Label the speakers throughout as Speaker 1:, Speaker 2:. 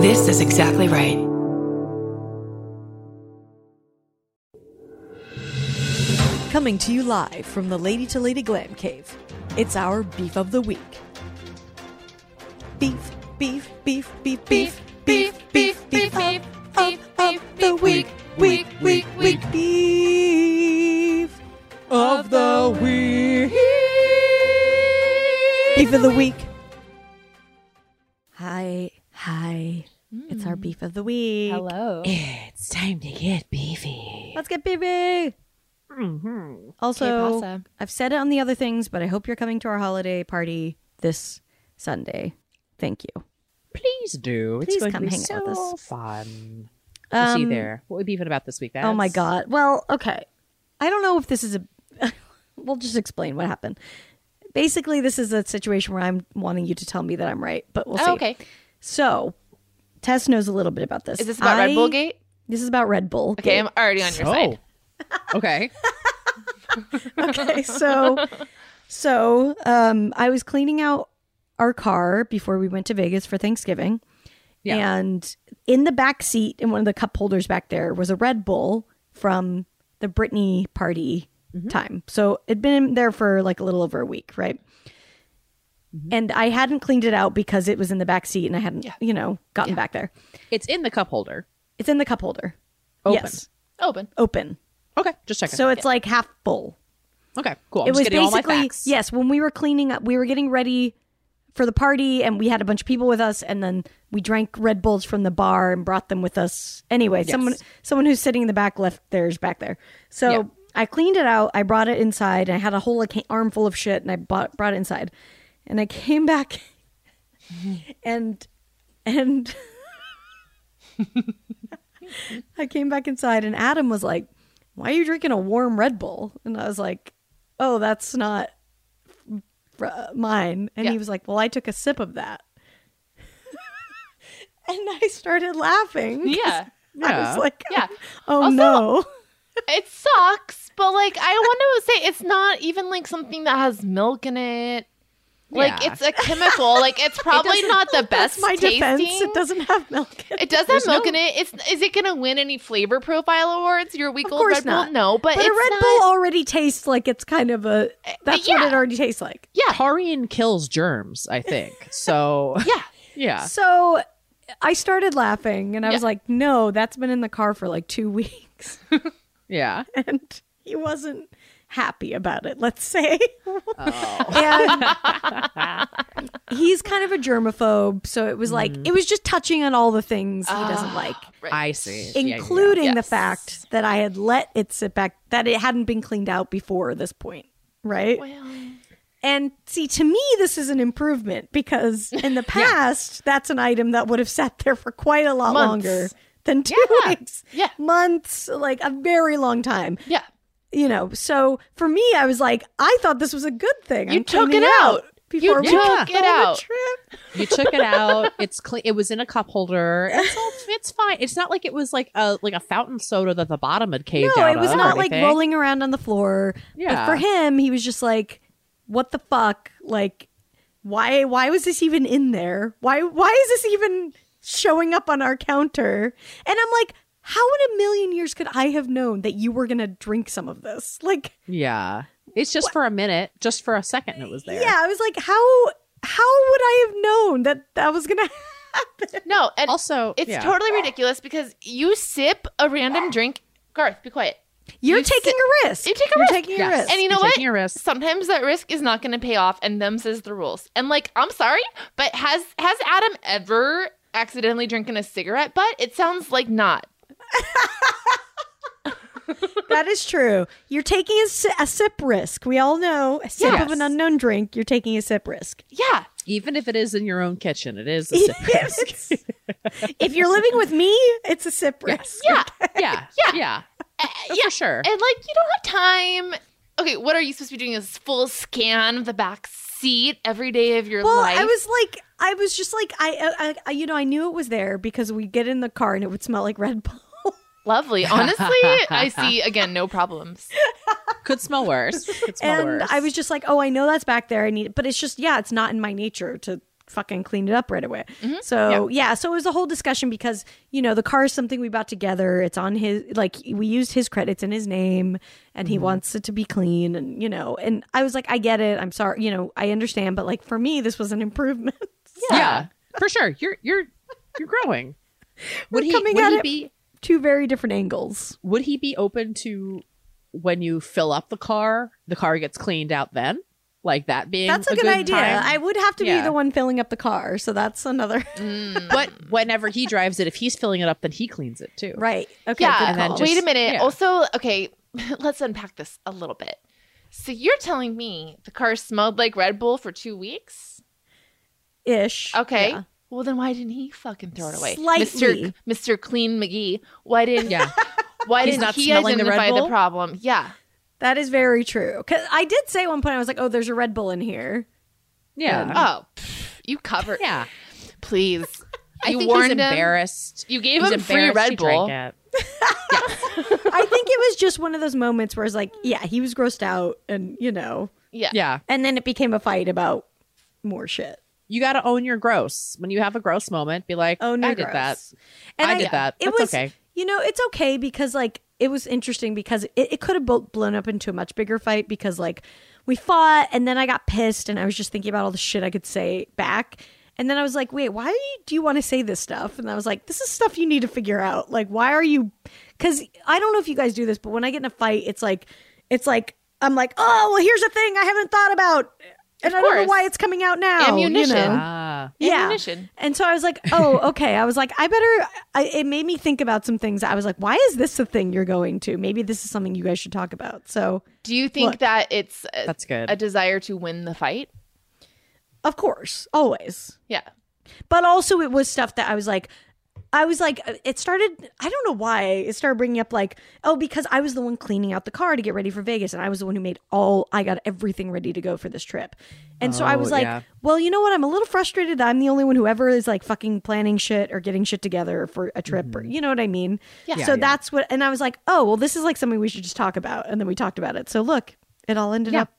Speaker 1: This is exactly right.
Speaker 2: Coming to you live from the Lady to Lady Glam Cave, it's our Beef of the Week. Beef, beef, beef, beef, beef, beef, beef, beef, beef, beef, of the week, week, week, week, beef of the week. Beef of the week.
Speaker 3: Hi, hi. It's
Speaker 2: Mm.
Speaker 3: our beef of the week.
Speaker 4: Hello.
Speaker 1: It's time to get beefy.
Speaker 3: Let's get beefy.
Speaker 2: Mm-hmm.
Speaker 4: Que
Speaker 3: Also,
Speaker 5: oh,
Speaker 4: pasa?
Speaker 3: I've said it on the other things, but I hope you're coming to our holiday party this Sunday. Thank you.
Speaker 4: Please do.
Speaker 3: Please
Speaker 4: it's going
Speaker 3: come
Speaker 4: to be
Speaker 3: hang
Speaker 4: so
Speaker 3: out with us. Um,
Speaker 4: fun. We'll see you there. What would be even about this week? That
Speaker 3: Oh my god. Well, okay. I don't know if this is a. we'll just explain what happened. Basically, this is a situation where I'm wanting you to tell me that I'm right, but we'll see.
Speaker 4: Oh, okay.
Speaker 3: So, Tess knows a little bit about this.
Speaker 5: Is this about Red
Speaker 3: I-
Speaker 5: Bull Gate?
Speaker 3: This is about Red Bull.
Speaker 5: Okay, I'm already on your
Speaker 4: Oh.
Speaker 5: side.
Speaker 4: okay.
Speaker 3: okay, so so um I was cleaning out our car before we went to Vegas for Thanksgiving.
Speaker 4: Yeah.
Speaker 3: And in the back seat in one of the cup holders back there was a Red Bull from the Britney party
Speaker 4: Mm-hmm.
Speaker 3: time. So it'd been there for like a little over a week, right?
Speaker 4: Mm-hmm.
Speaker 3: And I hadn't cleaned it out because it was in the back seat and I hadn't, you know, gotten back there.
Speaker 4: It's in the cup holder.
Speaker 3: It's in the cup holder.
Speaker 4: Open.
Speaker 3: Yes.
Speaker 5: Open.
Speaker 3: Open.
Speaker 4: Okay. Just checking.
Speaker 3: So it's like half full.
Speaker 4: okay. Cool. I'm
Speaker 3: it
Speaker 4: just
Speaker 3: was
Speaker 4: getting all my
Speaker 3: basically
Speaker 4: facts.
Speaker 3: yes when we were cleaning up we were getting ready for the party and we had a bunch of people with us and then we drank red bulls from the bar and brought them with us anyway someone someone who's sitting in the back left theirs back there so
Speaker 4: Yeah.
Speaker 3: i cleaned it out i brought it inside and i had a whole like, armful of shit and i bought, brought it inside and i came back and and I came back inside and Adam was like, "Why are you drinking a warm Red Bull?" And I was like, "Oh, that's not r- mine." And he
Speaker 5: Yeah.
Speaker 3: was like, "Well, I took a sip of that." and I started laughing. 'cause
Speaker 5: Yeah.
Speaker 3: I
Speaker 4: Yeah.
Speaker 3: was like,
Speaker 5: Yeah.
Speaker 3: "Oh
Speaker 5: Also-
Speaker 3: no."
Speaker 5: it sucks, but like I want to say it's not even like something that has milk in it. Like
Speaker 4: Yeah.
Speaker 5: it's a chemical. Like it's probably not the
Speaker 3: That's
Speaker 5: best
Speaker 3: my defense.
Speaker 5: tasting.
Speaker 3: It doesn't have milk. In it.
Speaker 5: It does have milk in it. It's is it gonna win any flavor profile awards? Your week
Speaker 3: Of
Speaker 5: old
Speaker 3: course
Speaker 5: Red
Speaker 3: not.
Speaker 5: Bull? No, but,
Speaker 3: But a
Speaker 5: it's
Speaker 3: Red
Speaker 5: not, Eh,
Speaker 3: Bull already tastes like it's kind of a. That's what
Speaker 5: yeah.
Speaker 3: it already tastes like.
Speaker 5: Yeah,
Speaker 4: Taurian kills germs, I think. So
Speaker 5: yeah.
Speaker 4: yeah.
Speaker 3: So I started laughing and I was
Speaker 5: Yeah.
Speaker 3: like, no, that's been in the car for like two weeks.
Speaker 4: Yeah.
Speaker 3: And he wasn't happy about it, let's say.
Speaker 4: Oh.
Speaker 3: And he's kind of a germaphobe. So it was like, it was just touching on all the things he doesn't like,
Speaker 5: Right.
Speaker 4: I see. Mm-hmm. Ah. Yeah, yeah, yeah.
Speaker 3: including the
Speaker 5: Yes.
Speaker 3: fact that I had let it sit back, that it hadn't been cleaned out before this point. Right.
Speaker 5: Well,
Speaker 3: And see, to me, this is an improvement because in the past, that's an item that would have sat there for quite a lot
Speaker 5: Months.
Speaker 3: longer than two weeks.
Speaker 5: Yeah.
Speaker 3: Months, like a very long time,
Speaker 5: yeah.
Speaker 3: you know. So for me, I was like, I thought this was a good thing.
Speaker 5: You took
Speaker 3: cleaning
Speaker 5: it out.
Speaker 3: before we
Speaker 5: you
Speaker 3: go
Speaker 5: took it
Speaker 3: on a
Speaker 5: out.
Speaker 3: trip.
Speaker 4: You took it out. It's clean. It was in a cup holder. It's all. It's fine. It's not like it was like a like a fountain soda that the bottom had caved
Speaker 3: No,
Speaker 4: out.
Speaker 3: it was
Speaker 4: of
Speaker 3: not
Speaker 4: or
Speaker 3: like
Speaker 4: anything.
Speaker 3: rolling around on the floor. But
Speaker 4: Yeah.
Speaker 3: for him, he was just like, what the fuck? Like, why why was this even in there? Why why is this even showing up on our counter? And I'm like, how in a million years could I have known that you were gonna drink some of this? Like,
Speaker 4: Yeah. It's just for a minute, just for a second it was there.
Speaker 3: yeah, I was like, how how would I have known that that was gonna happen?
Speaker 5: No, and
Speaker 4: Also,
Speaker 5: it's
Speaker 4: yeah.
Speaker 5: totally ridiculous because you sip a random drink. Garth, be quiet.
Speaker 3: You're
Speaker 5: You
Speaker 3: taking
Speaker 5: sit-
Speaker 3: a risk.
Speaker 5: you take a
Speaker 3: You're
Speaker 5: risk.
Speaker 3: taking a
Speaker 4: Yes.
Speaker 3: risk.
Speaker 5: And you know
Speaker 4: You're
Speaker 5: what?
Speaker 4: taking a risk.
Speaker 5: Sometimes that risk is not going to pay off, and them says the rules. And like, I'm sorry, but has has Adam ever accidentally drinking a cigarette butt? It sounds like not.
Speaker 3: that is true. You're taking a, si- a sip risk. We all know a sip
Speaker 4: Yes.
Speaker 3: of an unknown drink. You're taking a sip risk.
Speaker 5: Yeah,
Speaker 4: Even if it is in your own kitchen, it is a sip
Speaker 3: Yes.
Speaker 4: risk.
Speaker 3: if you're living with me, it's a sip risk.
Speaker 5: yeah,
Speaker 4: Yeah.
Speaker 5: Yeah.
Speaker 4: Yeah.
Speaker 3: Uh,
Speaker 5: yeah.
Speaker 4: For sure.
Speaker 5: And like, you don't have time. Okay, what are you supposed to be doing? Is full scan of the back seat every day of your
Speaker 3: Well,
Speaker 5: life?
Speaker 3: I was like, I was just like, I, I, I, you know, I knew it was there because we get in the car and it would smell like Red Bull.
Speaker 5: lovely. Honestly, I see again no problems.
Speaker 4: Could smell worse. Could smell
Speaker 3: and
Speaker 4: worse.
Speaker 3: I was just like, oh, I know that's back there. I need, but it's just, yeah, it's not in my nature to fucking cleaned it up right away. So yeah, so it was a whole discussion because you know the car is something we bought together. It's on his like we used his credits in his name, and he wants it to be clean, and you know. And I was like, I get it. I'm sorry, you know, I understand, but like for me, this was an improvement.
Speaker 4: Yeah. for sure. You're you're you're growing. Would he
Speaker 3: coming
Speaker 4: would
Speaker 3: at
Speaker 4: he
Speaker 3: it-
Speaker 4: be
Speaker 3: Two very different angles.
Speaker 4: would he be open to when you fill up the car, the car gets cleaned out then? Like that being
Speaker 3: That's a, good, idea.
Speaker 4: time?
Speaker 3: I would have to
Speaker 4: Yeah.
Speaker 3: be the one filling up the car, so that's another
Speaker 5: Mm.
Speaker 4: but whenever he drives it, if he's filling it up, then he cleans it too.
Speaker 3: right. Okay,
Speaker 5: yeah.
Speaker 3: good call.
Speaker 4: then
Speaker 5: Wait a
Speaker 4: just-
Speaker 5: minute.
Speaker 4: yeah.
Speaker 5: Also, okay, let's unpack this a little bit. So you're telling me the car smelled like Red Bull for two weeks?
Speaker 3: ish.
Speaker 5: Okay.
Speaker 3: Yeah.
Speaker 5: Well, then why didn't he fucking throw it away,
Speaker 3: Slightly.
Speaker 5: Mister Mister Clean McGee? Why didn't
Speaker 4: Yeah.
Speaker 5: Why
Speaker 4: He's
Speaker 5: didn't
Speaker 4: not
Speaker 5: he
Speaker 4: smelling the Red
Speaker 5: identify the,
Speaker 4: Bull?
Speaker 5: problem? Yeah.
Speaker 3: That is very true. Cause I did say at one point I was like, "Oh, there's a Red Bull in here."
Speaker 4: Yeah.
Speaker 5: Oh, pff, you covered.
Speaker 4: Um, yeah.
Speaker 5: Please.
Speaker 4: I
Speaker 5: you
Speaker 4: think
Speaker 5: warned
Speaker 4: he's
Speaker 5: him.
Speaker 4: embarrassed.
Speaker 5: You gave
Speaker 4: He's
Speaker 5: him free
Speaker 4: embarrassed
Speaker 5: Red
Speaker 4: he drank
Speaker 5: Bull.
Speaker 4: it.
Speaker 3: I think it was just one of those moments where it's like, yeah, he was grossed out, and you know,
Speaker 5: Yeah.
Speaker 4: Yeah.
Speaker 3: and then it became a fight about more shit.
Speaker 4: You got to own your gross. When you have a gross moment, be like,
Speaker 3: Oh no,
Speaker 4: I did that.
Speaker 3: And
Speaker 4: I did that.
Speaker 3: It
Speaker 4: That's
Speaker 3: was
Speaker 4: okay.
Speaker 3: You know, it's okay because like it was interesting because it, it could have both blown up into a much bigger fight because like we fought and then I got pissed and I was just thinking about all the shit I could say back. And then I was like, wait, why are you, do you want to say this stuff? And I was like, this is stuff you need to figure out. Like, why are you? Because I don't know if you guys do this, but when I get in a fight, it's like, it's like, I'm like, oh, well, here's a thing I haven't thought about. And I don't know
Speaker 5: course.
Speaker 3: why it's coming out now. you
Speaker 5: Ammunition.
Speaker 3: know?
Speaker 4: Ah.
Speaker 3: yeah.
Speaker 5: Ammunition.
Speaker 3: And so I was like, oh, okay. I was like, I better. I, it made me think about some things. I was like, why is this a thing you're going to? Maybe this is something you guys should talk about. So,
Speaker 5: Do you think
Speaker 3: Look.
Speaker 5: that it's a,
Speaker 4: That's good.
Speaker 5: a desire to win the fight?
Speaker 3: of course, always.
Speaker 5: Yeah.
Speaker 3: But also, it was stuff that I was like, I was like, it started. I don't know why it started bringing up like, oh, because I was the one cleaning out the car to get ready for Vegas, and I was the one who made all. I got everything ready to go for this trip, and so I
Speaker 4: Oh,
Speaker 3: was like,
Speaker 4: yeah.
Speaker 3: well, you know what? I'm a little frustrated that I'm the only one who ever is like fucking planning shit or getting shit together for a trip, or you know what I mean?
Speaker 5: Yeah.
Speaker 3: So
Speaker 4: Yeah.
Speaker 3: that's what, and I was like, oh, well, this is like something we should just talk about, and then we talked about it. So look, it all ended
Speaker 4: Yeah.
Speaker 3: up.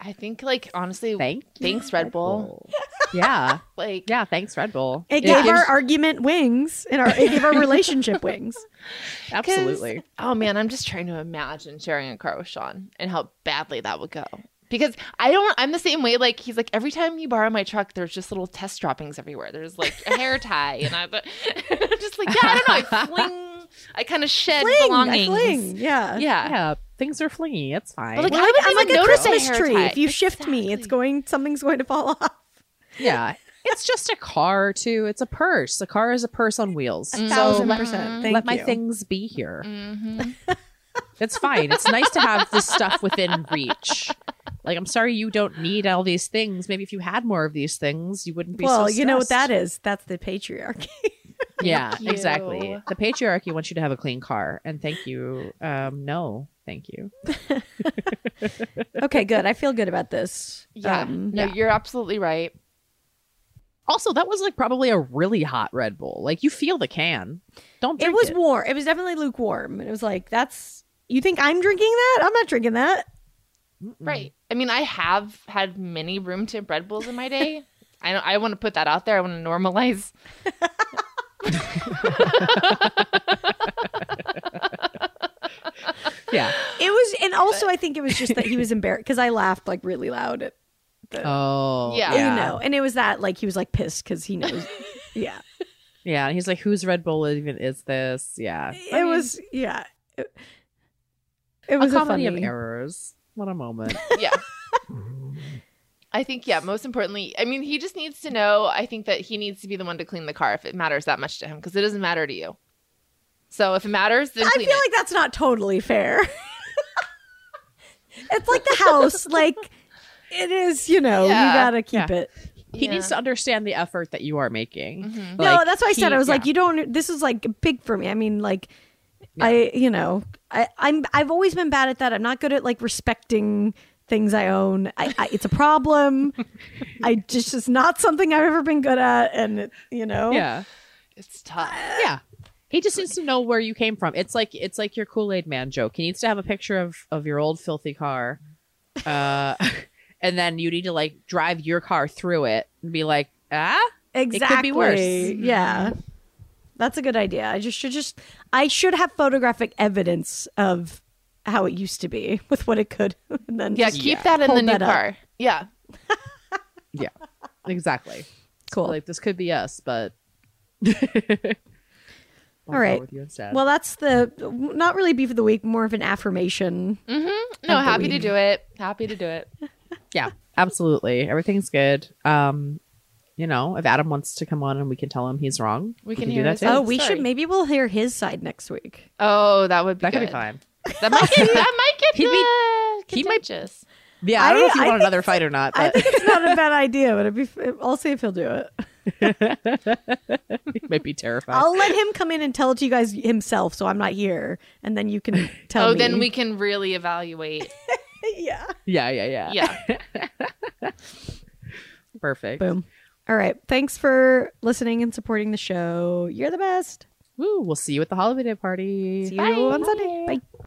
Speaker 5: I think, like, honestly,
Speaker 4: Thank
Speaker 5: thanks, Red Bull.
Speaker 4: yeah.
Speaker 5: Like,
Speaker 4: Yeah. Thanks, Red Bull.
Speaker 3: It gave our argument wings and our it gave our relationship wings.
Speaker 5: 'cause-
Speaker 4: Absolutely.
Speaker 5: Oh, man. I'm just trying to imagine sharing a car with Sean and how badly that would go. Because I don't, I'm the same way. Like, he's like, every time you borrow my truck, there's just little test droppings everywhere. There's like a hair tie. And I, but I'm just like, yeah, I don't know. I fling, I kind of shed
Speaker 3: Fling, I
Speaker 5: belongings.
Speaker 3: fling, yeah.
Speaker 5: Yeah.
Speaker 4: Yeah. Things are flingy. It's fine.
Speaker 5: But, like,
Speaker 3: Well,
Speaker 5: I would
Speaker 3: I'm
Speaker 5: even
Speaker 3: like a
Speaker 5: notice a
Speaker 3: Christmas
Speaker 5: hair
Speaker 3: tree.
Speaker 5: tie.
Speaker 3: If you shift me, it's
Speaker 5: Exactly.
Speaker 3: going. Something's going to fall off.
Speaker 4: yeah. It's just a car too. It's a purse. A car is a purse on wheels.
Speaker 5: Mm.
Speaker 4: So
Speaker 3: Thousand
Speaker 4: let,
Speaker 3: percent. Thank
Speaker 4: let my
Speaker 3: you.
Speaker 4: things be here.
Speaker 5: Mhm.
Speaker 4: It's fine. It's nice to have this stuff within reach. Like, I'm sorry you don't need all these things. Maybe if you had more of these things, you wouldn't be so
Speaker 3: Well, you know what
Speaker 4: stressed.
Speaker 3: that is. That's the patriarchy.
Speaker 4: Yeah,
Speaker 5: Thank
Speaker 4: exactly.
Speaker 5: you.
Speaker 4: The patriarchy wants you to have a clean car, and thank you. Um, no, thank you.
Speaker 3: okay, good. I feel good about this.
Speaker 5: Yeah.
Speaker 3: Um,
Speaker 5: no, you're absolutely right.
Speaker 4: Also, that was like probably a really hot Red Bull. Like you feel the can. Don't
Speaker 3: it
Speaker 4: drink
Speaker 3: was warm. It was definitely lukewarm. It was like that's. You think I'm drinking that? I'm not drinking that.
Speaker 4: Mm-mm.
Speaker 5: Right. I mean, I have had many room temp Red Bulls in my day. I don't, I want to put that out there. I want to normalize.
Speaker 4: Yeah.
Speaker 3: It was, and also I think it was just that he was embarrassed because I laughed like really loud at the,
Speaker 4: Oh.
Speaker 5: Yeah.
Speaker 3: you know, and it was that like he was like pissed because he knows, yeah,
Speaker 4: Yeah. And he's like, "Whose Red Bull even is this?" Yeah.
Speaker 3: it
Speaker 5: mean-
Speaker 3: was, yeah, it, it was
Speaker 4: a
Speaker 3: a,
Speaker 4: comedy
Speaker 3: funny-
Speaker 4: of errors. What a moment.
Speaker 5: Yeah. I think, yeah, most importantly, I mean, he just needs to know. I think that he needs to be the one to clean the car if it matters that much to him because it doesn't matter to you. So if it matters, then
Speaker 3: I
Speaker 5: clean
Speaker 3: feel
Speaker 5: it.
Speaker 3: like that's not totally fair. it's like the house, like it is, you know,
Speaker 5: Yeah.
Speaker 3: you gotta keep it.
Speaker 4: He
Speaker 5: Yeah.
Speaker 4: needs to understand the effort that you are making. Like,
Speaker 5: Mhm.
Speaker 3: no, that's why I said
Speaker 4: he-
Speaker 3: I was
Speaker 4: yeah.
Speaker 3: like, you don't. This is like big for me. I mean, like, I, you know, I, I'm. I've always been bad at that. I'm not good at like respecting things I own. I, I it's a problem. I just is not something I've ever been good at, and it, you know,
Speaker 4: Yeah.
Speaker 5: it's tough.
Speaker 4: Yeah. He just needs to know where you came from. It's like it's like your Kool Aid Man joke. He needs to have a picture of of your old filthy car, uh, and then you need to like drive your car through it and be like, ah,
Speaker 3: Exactly.
Speaker 4: could be worse.
Speaker 3: Yeah. Mm-hmm. That's a good idea. I just should just I should have photographic evidence of how it used to be with what it could and then
Speaker 5: Yeah,
Speaker 3: just-
Speaker 5: keep that in the
Speaker 3: Hold
Speaker 5: new
Speaker 3: that up.
Speaker 5: car. Yeah.
Speaker 4: yeah, exactly.
Speaker 3: cool.
Speaker 4: Like this could be us, but I'll
Speaker 3: All right.
Speaker 4: go With you instead.
Speaker 3: well, that's the not really beef of the week, more of an affirmation.
Speaker 5: Mm-hmm. No, happy to do it. Happy to do it.
Speaker 4: yeah, absolutely. Everything's good. Um, you know, if Adam wants to come on and we can tell him he's wrong,
Speaker 5: We can
Speaker 4: do
Speaker 5: hear
Speaker 4: that
Speaker 5: his-
Speaker 4: too.
Speaker 3: Oh, we
Speaker 5: sorry.
Speaker 3: should maybe we'll hear his side next week.
Speaker 5: Oh, that would be
Speaker 4: that could be
Speaker 5: good.
Speaker 4: fine.
Speaker 5: That might get that might get
Speaker 4: He'd
Speaker 5: uh,
Speaker 4: he might-
Speaker 5: contentious.
Speaker 4: Yeah, I don't know if you
Speaker 3: I- I
Speaker 4: want
Speaker 3: think
Speaker 4: another fight or not,
Speaker 3: I
Speaker 5: Uh,
Speaker 4: but
Speaker 3: think it's not a bad idea, but it'd be, I'll see if he'll do it.
Speaker 4: it might be terrifying.
Speaker 3: I'll let him come in and tell it to you guys himself, so I'm not here, and then you can tell
Speaker 5: Oh,
Speaker 3: me.
Speaker 5: then we can really evaluate.
Speaker 3: yeah.
Speaker 4: yeah, yeah, yeah,
Speaker 5: Yeah.
Speaker 4: Perfect.
Speaker 3: Boom. All right. Thanks for listening and supporting the show. You're the best.
Speaker 4: Woo! We'll see you at the holiday party.
Speaker 3: See you on Sunday. Bye.